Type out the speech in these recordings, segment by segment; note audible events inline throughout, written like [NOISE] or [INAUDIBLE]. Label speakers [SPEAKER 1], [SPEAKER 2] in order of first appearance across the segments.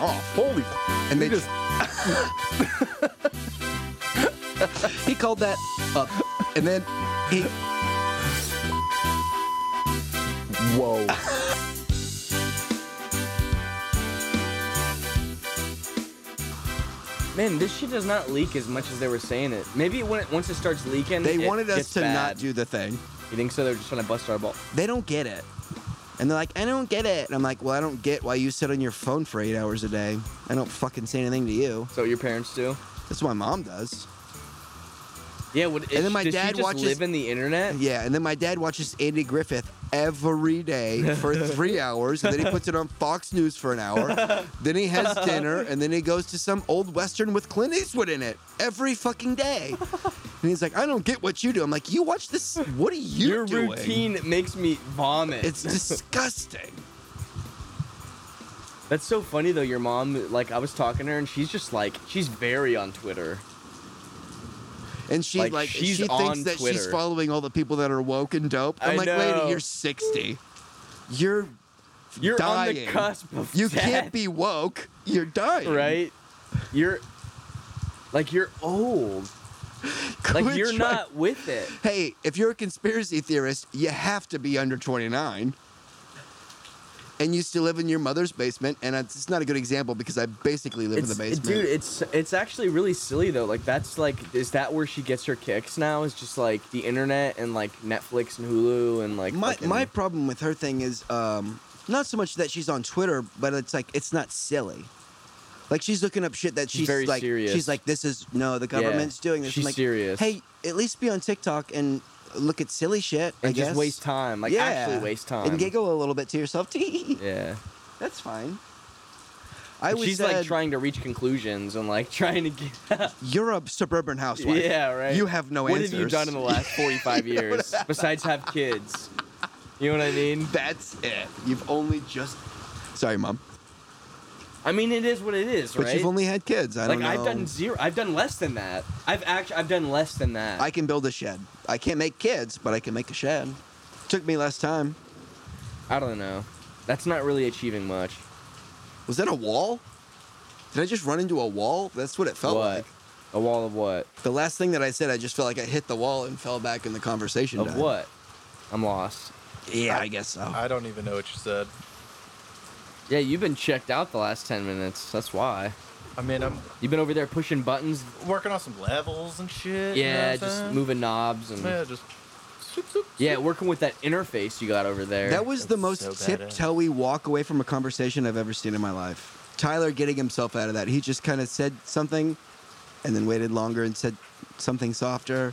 [SPEAKER 1] off.
[SPEAKER 2] Holy.
[SPEAKER 1] Oh, And they just [LAUGHS] he called that up, and then he
[SPEAKER 2] Whoa.
[SPEAKER 3] Man, this shit does not leak as much as they were saying it. Maybe when it, once it starts leaking,
[SPEAKER 1] they
[SPEAKER 3] it
[SPEAKER 1] wanted us
[SPEAKER 3] gets
[SPEAKER 1] to
[SPEAKER 3] bad.
[SPEAKER 1] not do the thing.
[SPEAKER 3] You think so? They're just trying to bust our ball.
[SPEAKER 1] They don't get it, and they're like, I don't get it, and I'm like, well, I don't get why you sit on your phone for eight hours a day. I don't fucking say anything to you.
[SPEAKER 3] So your parents do?
[SPEAKER 1] That's what my mom does.
[SPEAKER 3] Yeah. What,
[SPEAKER 1] And then my
[SPEAKER 3] does she
[SPEAKER 1] dad
[SPEAKER 3] just
[SPEAKER 1] watches-
[SPEAKER 3] Live in the internet.
[SPEAKER 1] Yeah, and then my dad watches Andy Griffith every day
[SPEAKER 3] [LAUGHS]
[SPEAKER 1] for three hours, and then he puts it on Fox News for an
[SPEAKER 3] [LAUGHS]
[SPEAKER 1] hour. then he has dinner, and then he goes to some old western with Clint Eastwood in it every fucking day. And he's like, I don't get what you do. I'm like, you watch this. What are you
[SPEAKER 3] your
[SPEAKER 1] doing?
[SPEAKER 3] routine makes me vomit.
[SPEAKER 1] It's disgusting.
[SPEAKER 3] That's so funny though. Your mom, like, I was talking to her and she's just like, she's very on Twitter.
[SPEAKER 1] And she like,
[SPEAKER 3] Like,
[SPEAKER 1] she
[SPEAKER 3] she's
[SPEAKER 1] thinks
[SPEAKER 3] on
[SPEAKER 1] that she's
[SPEAKER 3] Twitter.
[SPEAKER 1] following all the people that are woke and dope. I'm
[SPEAKER 3] I
[SPEAKER 1] like,
[SPEAKER 3] know.
[SPEAKER 1] lady, you're 60. You're
[SPEAKER 3] You're on the
[SPEAKER 1] dying.
[SPEAKER 3] cusp of
[SPEAKER 1] You
[SPEAKER 3] death,
[SPEAKER 1] can't be woke. You're dying.
[SPEAKER 3] right. You're like you're old. Like
[SPEAKER 1] Quit
[SPEAKER 3] you're
[SPEAKER 1] trying-
[SPEAKER 3] not with it.
[SPEAKER 1] hey, if you're a conspiracy theorist, you have to be under 29. And you still live in your mother's basement, and it's it's not a good example because I basically live in the
[SPEAKER 3] It's-
[SPEAKER 1] basement.
[SPEAKER 3] Dude, it's it's actually really silly though. Like that's like is that where she gets her kicks now? Is just like the internet and like Netflix and Hulu and like
[SPEAKER 1] my
[SPEAKER 3] fucking-
[SPEAKER 1] my problem with her thing is um, not so much that she's on Twitter, but it's like it's not silly. Like she's looking up shit that
[SPEAKER 3] She's
[SPEAKER 1] she's
[SPEAKER 3] very
[SPEAKER 1] like
[SPEAKER 3] serious.
[SPEAKER 1] she's like this is no the
[SPEAKER 3] Yeah.
[SPEAKER 1] government's doing this. I'm
[SPEAKER 3] She's
[SPEAKER 1] like,
[SPEAKER 3] serious.
[SPEAKER 1] Hey, at least be on TikTok and look at silly shit. I
[SPEAKER 3] and just
[SPEAKER 1] guess.
[SPEAKER 3] waste time. Like actually waste time.
[SPEAKER 1] and giggle a little bit to yourself. [LAUGHS]
[SPEAKER 3] Yeah.
[SPEAKER 1] That's fine. I
[SPEAKER 3] But
[SPEAKER 1] was
[SPEAKER 3] she's like trying to reach conclusions and like [LAUGHS] trying to get
[SPEAKER 1] You're a suburban housewife.
[SPEAKER 3] Yeah, right.
[SPEAKER 1] You have no
[SPEAKER 3] what
[SPEAKER 1] answers.
[SPEAKER 3] have you done in
[SPEAKER 1] [LAUGHS]
[SPEAKER 3] the last 45 years besides have kids? You know what I mean?
[SPEAKER 1] [LAUGHS] That's it. You've only just. Sorry, mom.
[SPEAKER 3] I mean it is what it is,
[SPEAKER 1] But
[SPEAKER 3] right?
[SPEAKER 1] you've only had kids. I
[SPEAKER 3] like
[SPEAKER 1] don't know.
[SPEAKER 3] I've done zero. I've done less than that. I've actually I've done less than that.
[SPEAKER 1] I can build a shed. I can't make kids, but I can make a shed. Took me less time.
[SPEAKER 3] I don't know. That's not really achieving much.
[SPEAKER 1] Was that a wall? Did I just run into a wall? That's what it felt
[SPEAKER 3] what?
[SPEAKER 1] like.
[SPEAKER 3] A wall of what?
[SPEAKER 1] The last thing that I said, I just felt like I hit the wall and fell back in the conversation.
[SPEAKER 3] Of
[SPEAKER 1] died.
[SPEAKER 3] what? I'm lost.
[SPEAKER 1] Yeah, I guess so.
[SPEAKER 4] I don't even know what you said.
[SPEAKER 3] Yeah, you've been checked out the last 10 minutes. That's why.
[SPEAKER 4] I mean, I'm
[SPEAKER 3] You've been over there pushing buttons.
[SPEAKER 4] working on some levels and shit. you know
[SPEAKER 3] Yeah,
[SPEAKER 4] what I'm
[SPEAKER 3] just
[SPEAKER 4] saying?
[SPEAKER 3] moving knobs
[SPEAKER 4] Yeah,
[SPEAKER 3] and
[SPEAKER 4] just. swoop, swoop,
[SPEAKER 3] yeah,
[SPEAKER 4] swoop.
[SPEAKER 3] working with that interface you got over there.
[SPEAKER 1] That was the most
[SPEAKER 4] so badass.
[SPEAKER 1] tiptoey walk away from a conversation I've ever seen in my life. Tyler getting himself out of that. He just kind of said something and then waited longer and said something softer.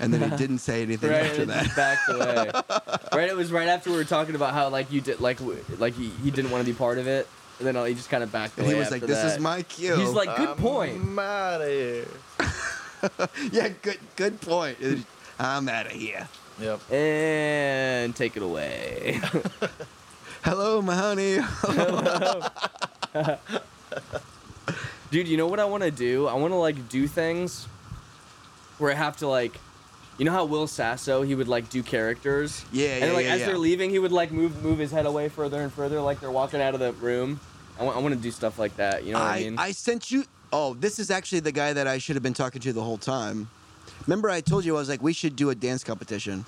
[SPEAKER 1] And then he
[SPEAKER 3] [LAUGHS]
[SPEAKER 1] didn't say anything
[SPEAKER 3] right
[SPEAKER 1] after
[SPEAKER 3] and it [LAUGHS]
[SPEAKER 1] that.
[SPEAKER 3] just backed away.
[SPEAKER 1] [LAUGHS]
[SPEAKER 3] right, it was right after we were talking about how like you did like w- like he, he didn't want to be part of it, and then uh, he just kind of backed
[SPEAKER 1] And
[SPEAKER 3] away.
[SPEAKER 1] he was like,
[SPEAKER 3] after
[SPEAKER 1] This is
[SPEAKER 3] that.
[SPEAKER 1] my cue.
[SPEAKER 3] He's like, good
[SPEAKER 4] I'm
[SPEAKER 3] point.
[SPEAKER 4] outta here.
[SPEAKER 1] [LAUGHS] Yeah, good good point. It- I'm out of here.
[SPEAKER 4] Yep.
[SPEAKER 3] And take it away. [LAUGHS]
[SPEAKER 1] Hello, my [LAUGHS] honey.
[SPEAKER 3] Dude, you know what I want to do? I want to like do things where I have to like, you know how Will Sasso he would like do characters.
[SPEAKER 1] Yeah, yeah,
[SPEAKER 3] And like
[SPEAKER 1] yeah,
[SPEAKER 3] as
[SPEAKER 1] yeah.
[SPEAKER 3] they're leaving, he would like move move his head away further and further, like they're walking out of the room. I want I want to do stuff like that. You know what I,
[SPEAKER 1] I,
[SPEAKER 3] mean?
[SPEAKER 1] I sent you. Oh, this is actually the guy that I should have been talking to the whole time. Remember, I told you I was like, we should do a dance competition.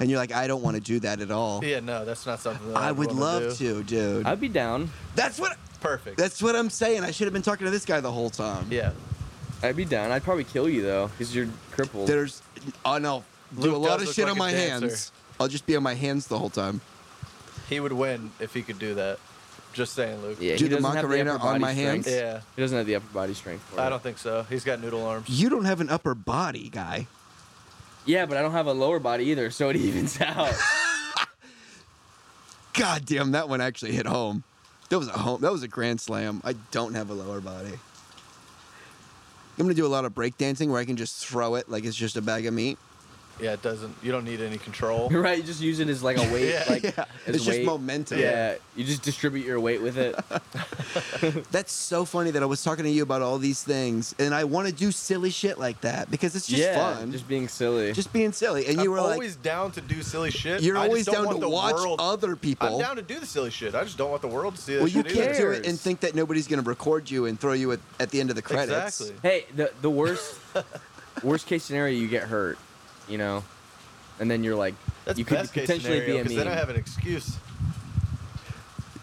[SPEAKER 1] And you're like, I don't want to do that at all.
[SPEAKER 4] Yeah, no, that's not something that
[SPEAKER 1] I would
[SPEAKER 4] wanna
[SPEAKER 1] love
[SPEAKER 4] do.
[SPEAKER 1] to, dude.
[SPEAKER 3] I'd be down.
[SPEAKER 1] That's what
[SPEAKER 4] Perfect.
[SPEAKER 1] that's what I'm saying. I should have been talking to this guy the whole time.
[SPEAKER 4] yeah.
[SPEAKER 3] I'd be down. I'd probably kill you though, because you're crippled.
[SPEAKER 1] There's oh no. Do
[SPEAKER 4] Luke
[SPEAKER 1] a lot
[SPEAKER 4] does
[SPEAKER 1] of
[SPEAKER 4] look
[SPEAKER 1] shit
[SPEAKER 4] like
[SPEAKER 1] on
[SPEAKER 4] a
[SPEAKER 1] my
[SPEAKER 4] dancer.
[SPEAKER 1] hands. I'll just be on my hands the whole time.
[SPEAKER 4] He would win if he could do that. Just saying, Luke.
[SPEAKER 3] yeah,
[SPEAKER 1] do
[SPEAKER 3] he
[SPEAKER 1] the
[SPEAKER 3] doesn't have
[SPEAKER 1] Macarena
[SPEAKER 3] upper
[SPEAKER 1] on
[SPEAKER 3] body
[SPEAKER 1] my hands?
[SPEAKER 3] strength.
[SPEAKER 4] Yeah.
[SPEAKER 3] He doesn't have the upper body strength. For
[SPEAKER 4] I
[SPEAKER 3] it.
[SPEAKER 4] don't think so. He's got noodle arms.
[SPEAKER 1] You don't have an upper body, guy.
[SPEAKER 3] Yeah, but I don't have a lower body either, so it [LAUGHS] evens out.
[SPEAKER 1] God damn, that one actually hit home. That was a home. That was a grand slam. I don't have a lower body.
[SPEAKER 4] [LAUGHS]
[SPEAKER 1] I'm gonna do a lot of breakdancing where I can just throw it like it's just a bag of meat.
[SPEAKER 4] Yeah, it doesn't. You don't need
[SPEAKER 3] [LAUGHS]
[SPEAKER 4] any control.
[SPEAKER 3] right, you just use it as like a weight.
[SPEAKER 4] Yeah,
[SPEAKER 3] like
[SPEAKER 1] yeah.
[SPEAKER 3] as
[SPEAKER 1] It's just
[SPEAKER 3] weight.
[SPEAKER 1] momentum.
[SPEAKER 3] Yeah, you just distribute your weight with
[SPEAKER 4] [LAUGHS]
[SPEAKER 3] it.
[SPEAKER 1] That's so funny that I was talking to you about all these things, and I want to do silly shit like that because it's just
[SPEAKER 3] yeah,
[SPEAKER 1] fun, just,
[SPEAKER 3] just being silly.
[SPEAKER 1] being silly. And you
[SPEAKER 4] I'm
[SPEAKER 1] were
[SPEAKER 4] always down to do silly shit.
[SPEAKER 1] like, you're
[SPEAKER 4] I just
[SPEAKER 1] always
[SPEAKER 4] don't
[SPEAKER 1] down
[SPEAKER 4] want
[SPEAKER 1] to
[SPEAKER 4] the
[SPEAKER 1] watch
[SPEAKER 4] world-
[SPEAKER 1] other people.
[SPEAKER 4] I'm down to do the silly shit. I just don't want the world to see that
[SPEAKER 1] well, you
[SPEAKER 4] shit
[SPEAKER 1] can't
[SPEAKER 4] either.
[SPEAKER 1] do it and
[SPEAKER 3] cares?
[SPEAKER 1] think that nobody's going to record you and throw you at, at the end of the credits.
[SPEAKER 4] Exactly.
[SPEAKER 3] hey, the the
[SPEAKER 4] [LAUGHS]
[SPEAKER 3] worst worst case scenario, you get hurt, you know, and then you're like,
[SPEAKER 4] That's
[SPEAKER 3] you could
[SPEAKER 4] best case
[SPEAKER 3] potentially be
[SPEAKER 4] scenario because
[SPEAKER 3] a
[SPEAKER 4] then I
[SPEAKER 3] meme.
[SPEAKER 4] have an excuse.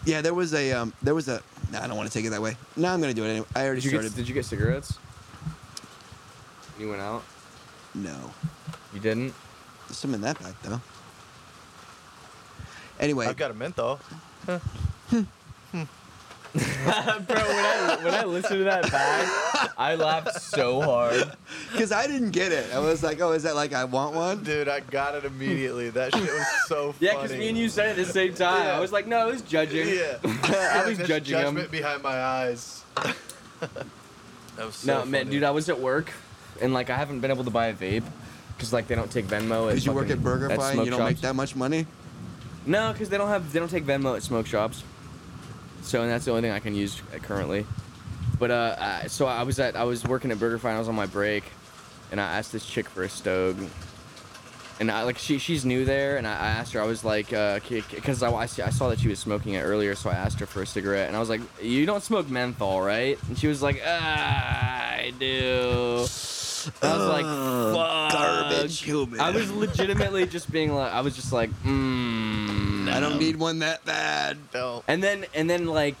[SPEAKER 1] Yeah, there was a um, there was a. Nah, I don't want to take it that way. No, I'm going to do it anyway. I already
[SPEAKER 3] Did you,
[SPEAKER 1] started.
[SPEAKER 3] get, did you get cigarettes? You went out.
[SPEAKER 1] no,
[SPEAKER 3] You didn't.
[SPEAKER 1] there's some in that bag though. Anyway,
[SPEAKER 4] I've got a menthol.
[SPEAKER 3] Bro, when I, [LAUGHS] when I listened to that back, I laughed so hard.
[SPEAKER 1] because I didn't get it, I was like, oh, is that like I want one?
[SPEAKER 4] Dude, I got it immediately. That
[SPEAKER 3] [LAUGHS]
[SPEAKER 4] shit was so funny.
[SPEAKER 3] Yeah, because me and you said it at the same time.
[SPEAKER 4] Yeah.
[SPEAKER 3] I was like, no, it was judging.
[SPEAKER 4] Yeah.
[SPEAKER 3] [LAUGHS] I
[SPEAKER 4] [LAUGHS]
[SPEAKER 3] was
[SPEAKER 4] That's
[SPEAKER 3] judging him.
[SPEAKER 4] judgment behind my eyes. [LAUGHS] that was so
[SPEAKER 3] no, man,
[SPEAKER 4] funny.
[SPEAKER 3] dude, I was at work, and like I haven't been able to buy a vape, because like they don't take Venmo.
[SPEAKER 1] Because you work at
[SPEAKER 3] fucking-
[SPEAKER 1] BurgerFi and
[SPEAKER 3] smoke
[SPEAKER 1] you don't
[SPEAKER 3] shops.
[SPEAKER 1] make that much money.
[SPEAKER 3] No, because they don't have they don't take Venmo at smoke shops. So and that's the only thing I can use uh, currently. But uh, I, so I was at I was working at Burger Fi and I was on my break, and I asked this chick for a stove. And I like she she's new there, and I, I asked her I was like uh, because I, I see- I saw that she was smoking it earlier, so I asked her for a cigarette, and I was like, you don't smoke menthol, right? And she was like, ah, I do. And I was like,
[SPEAKER 1] Ugh,
[SPEAKER 3] fuck.
[SPEAKER 1] garbage human.
[SPEAKER 3] I was legitimately just being like, I was just like, mmm.
[SPEAKER 1] I don't need one that bad.
[SPEAKER 4] No.
[SPEAKER 3] And then and then like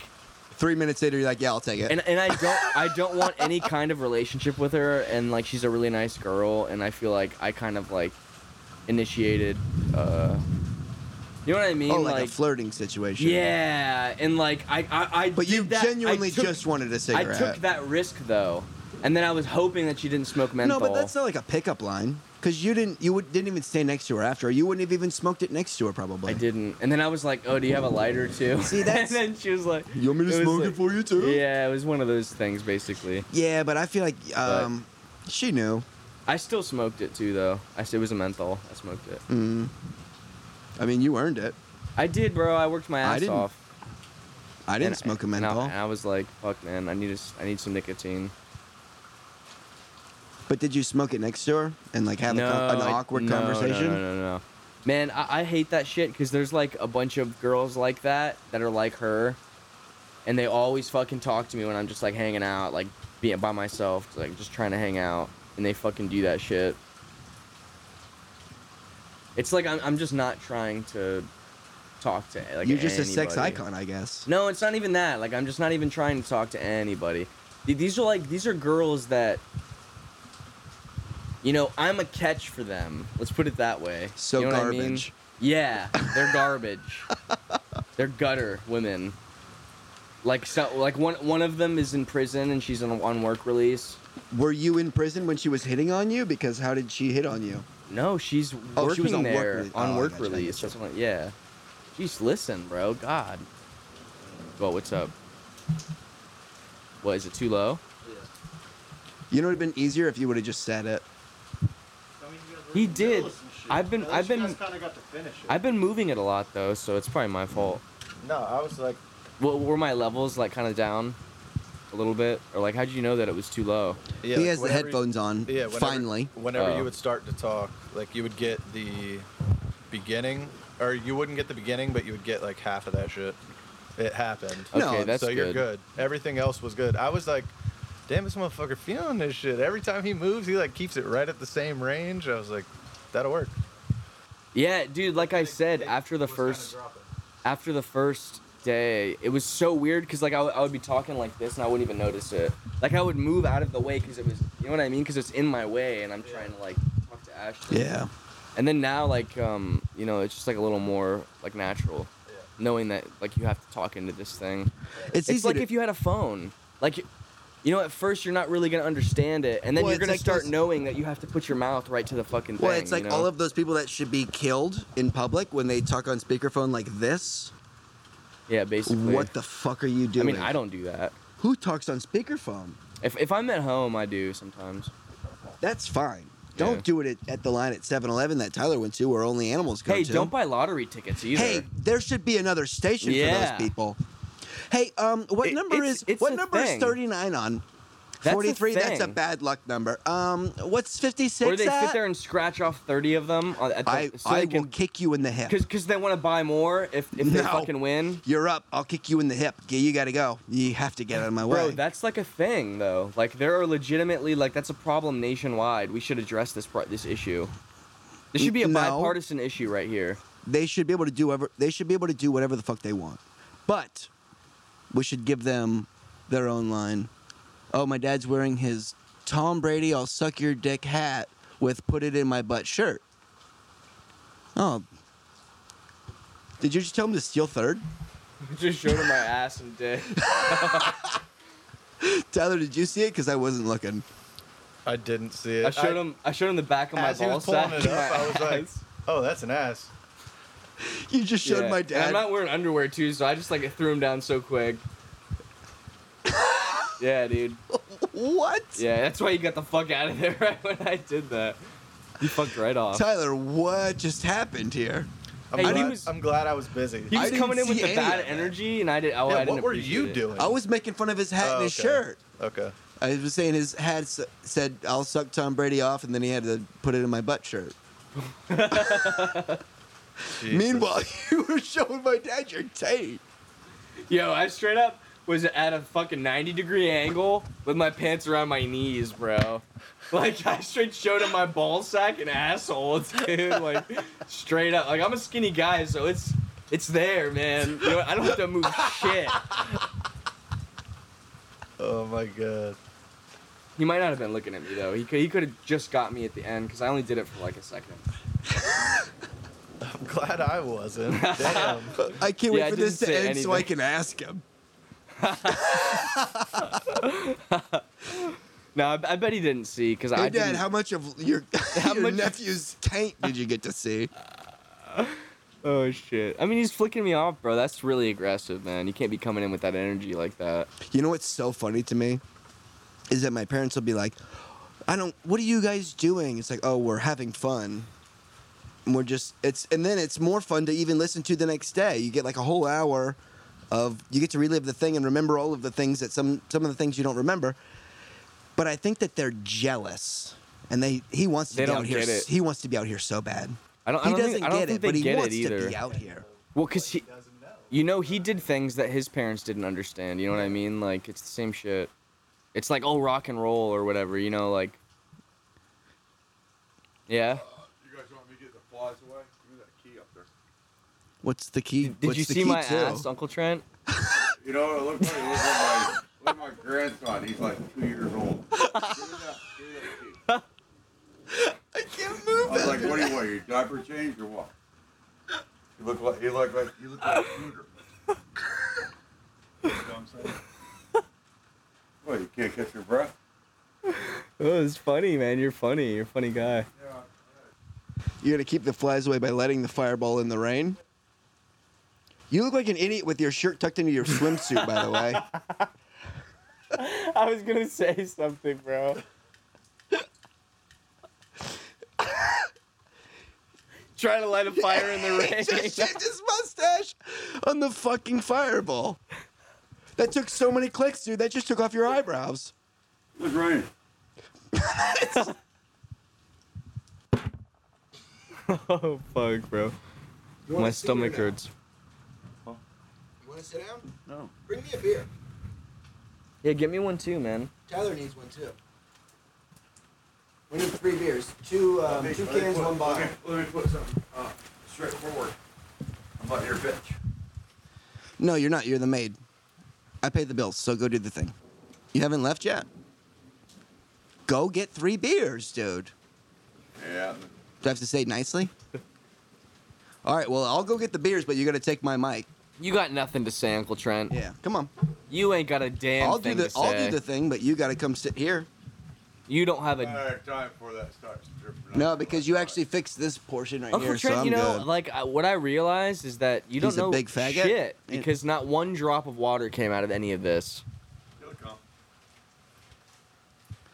[SPEAKER 1] Three minutes later, you're like, yeah, I'll take it.
[SPEAKER 3] and and I don't I don't want any kind of relationship with her and like she's a really nice girl and I feel like I kind of like initiated uh you know what I mean
[SPEAKER 1] oh, like, a flirting situation.
[SPEAKER 3] yeah and like I I, I
[SPEAKER 1] But
[SPEAKER 3] did
[SPEAKER 1] you
[SPEAKER 3] that- I
[SPEAKER 1] genuinely
[SPEAKER 3] took-
[SPEAKER 1] just wanted a
[SPEAKER 3] I
[SPEAKER 1] cigarette.
[SPEAKER 3] took that risk though and then I was hoping that she didn't smoke
[SPEAKER 1] no,
[SPEAKER 3] menthol
[SPEAKER 1] but that's not like a pickup line. Because you didn't, you would, didn't even stay next to her after. You wouldn't have even smoked it next to her, probably.
[SPEAKER 3] I didn't and then I was like oh do you have a lighter too
[SPEAKER 1] See, that's-
[SPEAKER 3] [LAUGHS] and then she was like
[SPEAKER 1] You want me to
[SPEAKER 3] was
[SPEAKER 1] smoke
[SPEAKER 3] like-
[SPEAKER 1] it for you too?
[SPEAKER 3] yeah it was one of those things basically
[SPEAKER 1] Yeah, but I feel like um, she knew.
[SPEAKER 3] I still smoked it too though I s- it was a menthol I smoked it.
[SPEAKER 1] Mm. I mean, you earned it.
[SPEAKER 3] I did, bro. I worked my
[SPEAKER 1] I
[SPEAKER 3] ass
[SPEAKER 1] didn't
[SPEAKER 3] off.
[SPEAKER 1] I didn't
[SPEAKER 3] And-
[SPEAKER 1] smoke a
[SPEAKER 3] and I-
[SPEAKER 1] menthol.
[SPEAKER 3] And I was like, fuck, man. I need a s I need some nicotine.
[SPEAKER 1] But did you smoke it next to her and like have
[SPEAKER 3] no,
[SPEAKER 1] a con- an
[SPEAKER 3] I-
[SPEAKER 1] awkward
[SPEAKER 3] no, no,
[SPEAKER 1] conversation?
[SPEAKER 3] No, no, no, no. Man, I, I hate that shit because there's like a bunch of girls like that that are like her, and they always fucking talk to me when I'm just like hanging out, like being by myself, like just trying to hang out, and they fucking do that shit. It's like I'm, I'm just not trying to talk to like
[SPEAKER 1] You're just a sex
[SPEAKER 3] anybody.
[SPEAKER 1] icon, I guess.
[SPEAKER 3] No, it's not even that. Like I'm just not even trying to talk to anybody. Th- These are like these are girls that you know, I'm a catch for them. Let's put it that way.
[SPEAKER 1] So
[SPEAKER 3] You know what I mean?
[SPEAKER 1] garbage.
[SPEAKER 3] Yeah, they're garbage. [LAUGHS] they're gutter women. Like so like one one of them is in prison and she's on on work release.
[SPEAKER 1] Were you in prison when she was hitting on you? Because how did she hit on you?
[SPEAKER 3] No, she's
[SPEAKER 1] Oh,
[SPEAKER 3] working
[SPEAKER 1] she was on work
[SPEAKER 3] there
[SPEAKER 1] release.
[SPEAKER 3] on
[SPEAKER 1] Oh, I
[SPEAKER 3] work
[SPEAKER 1] gotcha, I
[SPEAKER 3] release.
[SPEAKER 1] gotcha.
[SPEAKER 3] That's what I- yeah. Jeez, listen, bro. God. Well, what's up? What is it too low?
[SPEAKER 1] You know, it would have been easier if you would have just said it.
[SPEAKER 3] He did. I've been- I've been-
[SPEAKER 5] Kind of got to finish it.
[SPEAKER 3] I've been moving it a lot though, so it's probably my fault.
[SPEAKER 4] No, I was like,
[SPEAKER 3] Well, were my levels like kind of down a little bit, or like how would you know that it was too low?
[SPEAKER 4] yeah,
[SPEAKER 1] he
[SPEAKER 4] like,
[SPEAKER 1] has the
[SPEAKER 4] whenever you-
[SPEAKER 1] headphones on.
[SPEAKER 4] Yeah, whenever,
[SPEAKER 1] finally.
[SPEAKER 4] Whenever
[SPEAKER 3] Oh.
[SPEAKER 4] you would start to talk, like you would get the beginning, or you wouldn't get the beginning, but you would get like half of that shit. It happened.
[SPEAKER 1] No,
[SPEAKER 3] okay, that's
[SPEAKER 4] so you're
[SPEAKER 3] good.
[SPEAKER 4] good. Everything else was good. I was like, damn, this motherfucker feeling this shit. Every time he moves, he like keeps it right at the same range. I was like, that'll work.
[SPEAKER 3] Yeah, dude. Like I said, after the first, after the first day, it was so weird because like I would- I would be talking like this and I wouldn't even notice it. Like I would move out of the way because it was, you know what I mean? Because it's in my way and I'm trying to like talk to Ashley.
[SPEAKER 1] Yeah.
[SPEAKER 3] And then now, like, um, you know, it's just like a little more like natural, knowing that like you have to talk into this thing.
[SPEAKER 1] It's,
[SPEAKER 3] It's,
[SPEAKER 1] easy
[SPEAKER 3] like
[SPEAKER 1] to-
[SPEAKER 3] if you had a phone. Like, you know, at first you're not really gonna understand it, and then
[SPEAKER 1] Well, it's
[SPEAKER 3] you're gonna
[SPEAKER 1] like
[SPEAKER 3] start
[SPEAKER 1] those-
[SPEAKER 3] knowing that you have to put your mouth right to the fucking thing.
[SPEAKER 1] Well, it's like
[SPEAKER 3] you know?
[SPEAKER 1] all of those people that should be killed in public when they talk on speakerphone like this.
[SPEAKER 3] yeah, basically.
[SPEAKER 1] What the fuck are you
[SPEAKER 3] I
[SPEAKER 1] doing?
[SPEAKER 3] mean, I don't do that.
[SPEAKER 1] Who talks on speakerphone?
[SPEAKER 3] If if I'm at home, I do sometimes.
[SPEAKER 1] That's fine. Don't
[SPEAKER 3] Yeah.
[SPEAKER 1] do it at, at the line at 7-Eleven that Tyler went to, where only animals go
[SPEAKER 3] Hey,
[SPEAKER 1] to.
[SPEAKER 3] don't buy lottery tickets either.
[SPEAKER 1] Hey, there should be another station
[SPEAKER 3] Yeah.
[SPEAKER 1] for those people. Hey, um, what
[SPEAKER 3] It-
[SPEAKER 1] number
[SPEAKER 3] it's-
[SPEAKER 1] is
[SPEAKER 3] it's
[SPEAKER 1] what
[SPEAKER 3] a
[SPEAKER 1] number
[SPEAKER 3] thing.
[SPEAKER 1] is thirty nine on?
[SPEAKER 3] a
[SPEAKER 1] Forty three. That's a
[SPEAKER 3] thing.
[SPEAKER 1] bad luck number. Um, what's fifty six?
[SPEAKER 3] Or they sit there and scratch off thirty of them. on- At the,
[SPEAKER 1] I
[SPEAKER 3] so
[SPEAKER 1] I
[SPEAKER 3] they
[SPEAKER 1] will
[SPEAKER 3] can,
[SPEAKER 1] kick you in the hip.
[SPEAKER 3] because because they want to buy more if if they
[SPEAKER 1] No.
[SPEAKER 3] fucking win.
[SPEAKER 1] You're up. I'll kick you in the hip. Yeah, you got to go. You have to get out of my
[SPEAKER 3] Bro,
[SPEAKER 1] way.
[SPEAKER 3] that's like a thing though. Like there are legitimately like that's a problem nationwide. We should address this pro- this issue. This should be a
[SPEAKER 1] No.
[SPEAKER 3] bipartisan issue right
[SPEAKER 4] [LAUGHS]
[SPEAKER 3] here.
[SPEAKER 1] they should be able to do whatever they should be able to do whatever the fuck they want. But we should give them their own line. Oh, my dad's wearing his Tom Brady I'll suck your dick hat with put it in my butt shirt. Oh. Did you just tell him to steal third? [LAUGHS]
[SPEAKER 3] Just showed him my ass and dick.
[SPEAKER 1] Tyler, did you see it? Because I wasn't looking.
[SPEAKER 4] I didn't see it.
[SPEAKER 3] I showed him I showed him the back of my
[SPEAKER 4] as he
[SPEAKER 3] ball
[SPEAKER 4] was pulling
[SPEAKER 3] sack.
[SPEAKER 4] it up. I
[SPEAKER 3] [LAUGHS]
[SPEAKER 4] was like,
[SPEAKER 3] ass.
[SPEAKER 4] "Oh, that's an ass."
[SPEAKER 1] You just [LAUGHS] showed
[SPEAKER 3] Yeah.
[SPEAKER 1] my
[SPEAKER 3] And
[SPEAKER 1] dad.
[SPEAKER 3] I'm not wearing underwear too, so I just like threw him down
[SPEAKER 1] [LAUGHS]
[SPEAKER 3] so quick. yeah, dude.
[SPEAKER 1] what?
[SPEAKER 3] Yeah, that's why you got the fuck out of there [LAUGHS] right when I did that. You fucked right off.
[SPEAKER 1] Tyler, what just happened here?
[SPEAKER 4] I'm,
[SPEAKER 3] Hey, he
[SPEAKER 4] glad,
[SPEAKER 3] was-
[SPEAKER 4] I'm glad I was busy.
[SPEAKER 3] He
[SPEAKER 1] I
[SPEAKER 3] was
[SPEAKER 1] didn't
[SPEAKER 3] coming in with
[SPEAKER 1] see
[SPEAKER 3] the
[SPEAKER 1] any
[SPEAKER 3] bad
[SPEAKER 1] of that.
[SPEAKER 3] energy, and I did. Oh, I
[SPEAKER 4] yeah,
[SPEAKER 3] didn't
[SPEAKER 4] what were
[SPEAKER 3] appreciate
[SPEAKER 4] you
[SPEAKER 3] it.
[SPEAKER 4] doing?
[SPEAKER 1] I was making fun of his hat
[SPEAKER 4] Oh,
[SPEAKER 1] and his
[SPEAKER 4] okay.
[SPEAKER 1] shirt.
[SPEAKER 4] Okay.
[SPEAKER 1] I was saying his hat s- said "I'll suck Tom Brady off," and then he had to put it in my butt shirt.
[SPEAKER 4] Jesus.
[SPEAKER 1] Meanwhile, [LAUGHS] you were showing my dad your tape.
[SPEAKER 3] Yo, I straight up was at a fucking 90 degree angle with my pants around my knees, bro. Like I straight showed him my ball sack and asshole, [LAUGHS] dude. Like straight up. Like I'm a skinny guy, so it's it's there, man. You know, I don't have to move shit.
[SPEAKER 4] oh my god.
[SPEAKER 3] He might not have been looking at me though. He could he could have just got me at the end because I only did it for like a second.
[SPEAKER 4] I'm glad I wasn't. Damn.
[SPEAKER 3] [LAUGHS]
[SPEAKER 1] I can't wait
[SPEAKER 3] Yeah, I
[SPEAKER 1] for this to
[SPEAKER 3] didn't
[SPEAKER 1] end
[SPEAKER 3] say
[SPEAKER 1] so I
[SPEAKER 3] anything.
[SPEAKER 1] can ask him.
[SPEAKER 3] No, I, I bet he didn't see because
[SPEAKER 1] Hey,
[SPEAKER 3] I
[SPEAKER 1] Dad,
[SPEAKER 3] didn't-
[SPEAKER 1] how much of your, [LAUGHS]
[SPEAKER 3] How
[SPEAKER 1] your
[SPEAKER 3] much-
[SPEAKER 1] nephew's taint did you get to see?
[SPEAKER 3] Oh shit! I mean, he's flicking me off, bro. That's really aggressive, man. You can't be coming in with that energy like that.
[SPEAKER 1] You know what's so funny to me is that my parents will be like, "I don't. What are you guys doing?" It's like, "Oh, we're having fun." And we're just it's and then it's more fun to even listen to the next day. You get like a whole hour of you get to relive the thing and remember all of the things that some some of the things you don't remember. But I think that they're jealous. And they he wants to
[SPEAKER 3] They
[SPEAKER 1] be
[SPEAKER 3] don't
[SPEAKER 1] out here.
[SPEAKER 3] get
[SPEAKER 1] s-
[SPEAKER 3] it.
[SPEAKER 1] He wants to be out here so bad.
[SPEAKER 3] I don't. I
[SPEAKER 1] He
[SPEAKER 3] don't
[SPEAKER 1] doesn't
[SPEAKER 3] think, I don't
[SPEAKER 1] get
[SPEAKER 3] think
[SPEAKER 1] it,
[SPEAKER 3] they
[SPEAKER 1] but he
[SPEAKER 3] get
[SPEAKER 1] wants
[SPEAKER 3] it either.
[SPEAKER 1] to be out here.
[SPEAKER 3] Well, cause he,
[SPEAKER 4] doesn't know.
[SPEAKER 3] you know, he did things that his parents didn't understand. You know what I mean? Like it's the same shit. It's like oh, rock and roll or whatever. You know, like. Yeah.
[SPEAKER 5] You guys want me to get the flies away? Give me that key up there.
[SPEAKER 1] What's the key?
[SPEAKER 3] Did
[SPEAKER 1] what's
[SPEAKER 3] you
[SPEAKER 1] the
[SPEAKER 3] see
[SPEAKER 1] key
[SPEAKER 3] my
[SPEAKER 1] to?
[SPEAKER 3] ass, Uncle Trent?
[SPEAKER 5] You know what it looked like? It looked like my, looked like my grandson. He's like two years old. Give me that, give me that key.
[SPEAKER 1] [LAUGHS] I can't move.
[SPEAKER 5] I was like, what do you want? Your diaper changed or what? He looked like he looked like he looked like a shooter. You know what I'm saying? What, you can't catch your breath?
[SPEAKER 3] Oh, it's funny, man. You're funny. You're a funny guy.
[SPEAKER 5] Yeah.
[SPEAKER 1] You're gonna keep the flies away by letting the fireball in the rain. You look like an idiot with your shirt tucked into your swimsuit, by the
[SPEAKER 5] [LAUGHS]
[SPEAKER 1] way.
[SPEAKER 3] [LAUGHS] I was gonna say something, bro. Trying to light a fire in [LAUGHS] the
[SPEAKER 1] he just
[SPEAKER 3] rain.
[SPEAKER 1] shaved his mustache on the fucking fireball. That took so many clicks, dude. That just took off your eyebrows.
[SPEAKER 5] It was raining.
[SPEAKER 3] oh fuck, bro. My stomach hurts.
[SPEAKER 1] You wanna sit down?
[SPEAKER 5] No.
[SPEAKER 1] Bring me a beer.
[SPEAKER 3] Yeah, get me one too, man.
[SPEAKER 1] Tyler needs one too. We need three beers. Two um,
[SPEAKER 5] Let me put- let me- Let me put something uh, straight forward. I'm not your bitch.
[SPEAKER 1] No, you're not. You're the maid. I pay the bills, so go do the thing. You haven't left yet? Go get three beers, dude.
[SPEAKER 5] Yeah.
[SPEAKER 1] Do I have to say it
[SPEAKER 3] [LAUGHS]
[SPEAKER 1] nicely? All right, well, I'll go get the beers, but you got to take my mic.
[SPEAKER 3] You got nothing to say, Uncle Trent.
[SPEAKER 1] Yeah, come on.
[SPEAKER 3] You ain't got a damn
[SPEAKER 1] I'll do
[SPEAKER 3] thing
[SPEAKER 1] the
[SPEAKER 3] to say.
[SPEAKER 1] I'll do the thing, but you got to come sit here.
[SPEAKER 3] You don't have
[SPEAKER 5] I
[SPEAKER 3] a
[SPEAKER 5] have time for that starts dripping.
[SPEAKER 1] No, because you actually fixed this portion right
[SPEAKER 3] Uncle
[SPEAKER 1] here,
[SPEAKER 3] Trent,
[SPEAKER 1] so I'm
[SPEAKER 3] you know,
[SPEAKER 1] good.
[SPEAKER 3] like I, what I realized is that you
[SPEAKER 1] He's
[SPEAKER 3] don't
[SPEAKER 1] a
[SPEAKER 3] know
[SPEAKER 1] big faggot.
[SPEAKER 3] shit
[SPEAKER 1] Yeah.
[SPEAKER 3] because not one drop of water came out of any of this.
[SPEAKER 5] It'll come.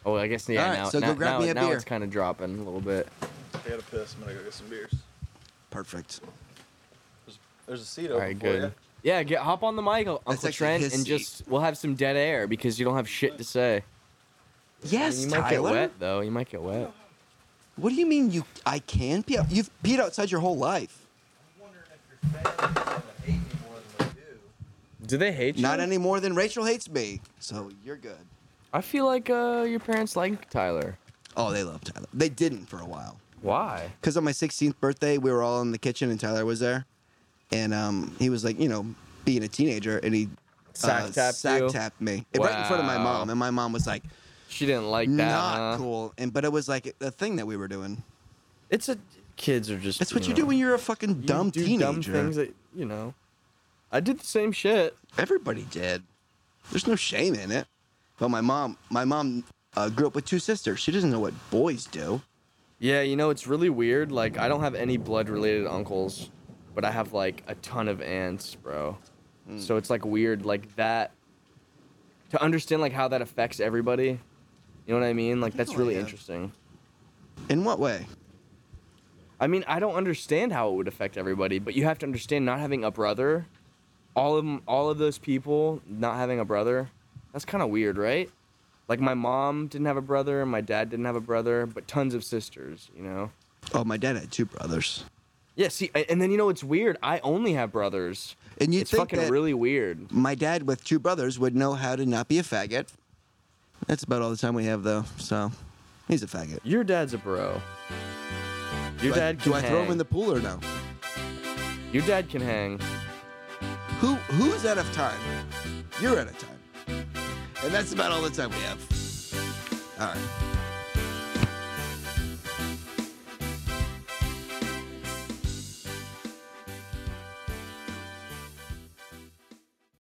[SPEAKER 3] Oh, I guess yeah.
[SPEAKER 1] All right,
[SPEAKER 3] now,
[SPEAKER 1] so go
[SPEAKER 3] now,
[SPEAKER 1] grab
[SPEAKER 3] now,
[SPEAKER 1] me a
[SPEAKER 3] now
[SPEAKER 1] beer.
[SPEAKER 3] it's kind of dropping a little bit.
[SPEAKER 4] I gotta piss. I'm gonna go get some beers.
[SPEAKER 1] Perfect.
[SPEAKER 4] There's a seat
[SPEAKER 3] All
[SPEAKER 4] open
[SPEAKER 3] right,
[SPEAKER 4] for
[SPEAKER 3] good. Yeah, get hop on the mic, Uncle
[SPEAKER 1] actually
[SPEAKER 3] Trent,
[SPEAKER 1] his
[SPEAKER 3] and just we'll have some dead air because you don't have shit to say. I mean,
[SPEAKER 1] Yes,
[SPEAKER 3] you might get
[SPEAKER 1] Tyler.
[SPEAKER 3] wet though. You might get wet.
[SPEAKER 1] What do you mean you? I can pee. out- You've peed outside your whole life.
[SPEAKER 3] Do they hate you?
[SPEAKER 1] Not any more than Rachel hates me. So you're good.
[SPEAKER 3] I feel like uh, your parents like Tyler.
[SPEAKER 1] Oh, they love Tyler. They didn't for a while.
[SPEAKER 3] Why?
[SPEAKER 1] Because on my 16th birthday, we were all in the kitchen and Tyler was there, and um, he was like, you know, being a teenager, and he uh,
[SPEAKER 3] Sack tapped
[SPEAKER 1] sack
[SPEAKER 3] you?
[SPEAKER 1] tapped me and right in front of my
[SPEAKER 3] Wow.
[SPEAKER 1] mom, and my mom was like,
[SPEAKER 3] She didn't like that.
[SPEAKER 1] not
[SPEAKER 3] huh?
[SPEAKER 1] cool. And but it was like a thing that we were doing.
[SPEAKER 3] It's a kids are just.
[SPEAKER 1] That's what you,
[SPEAKER 3] know,
[SPEAKER 1] do when you're a fucking
[SPEAKER 3] you
[SPEAKER 1] dumb
[SPEAKER 3] do
[SPEAKER 1] teenager.
[SPEAKER 3] Dumb things that you know. I did the same shit.
[SPEAKER 1] Everybody did. There's no shame in it. But my mom, my mom uh, grew up with two sisters. She doesn't know what boys do.
[SPEAKER 3] Yeah, you know it's really weird. Like I don't have any blood related uncles, but I have like a ton of aunts, bro. So it's like weird, like that. To understand like how that affects everybody, you know what I mean? Like that's
[SPEAKER 1] I
[SPEAKER 3] really
[SPEAKER 1] have-
[SPEAKER 3] interesting.
[SPEAKER 1] In what way?
[SPEAKER 3] I mean, I don't understand how it would affect everybody, but you have to understand not having a brother. All of 'em- all of those people not having a brother, that's kind of weird, right? Like my mom didn't have a brother, and my dad didn't have a brother, but tons of sisters, you know.
[SPEAKER 1] Oh, my dad had two brothers.
[SPEAKER 3] Yeah, see, a- and then you know it's weird. I only have brothers.
[SPEAKER 1] And you
[SPEAKER 3] it's
[SPEAKER 1] think
[SPEAKER 3] fucking
[SPEAKER 1] that
[SPEAKER 3] really weird.
[SPEAKER 1] my dad with two brothers would know how to not be a faggot. That's about all the time we have though. So he's a faggot.
[SPEAKER 3] Your dad's a bro. Your
[SPEAKER 1] But
[SPEAKER 3] dad can
[SPEAKER 1] do I
[SPEAKER 3] hang.
[SPEAKER 1] throw him in the pool or no?
[SPEAKER 3] Your dad can hang.
[SPEAKER 1] Who who's out of time? You're out of time. And that's about all the time we have. All right.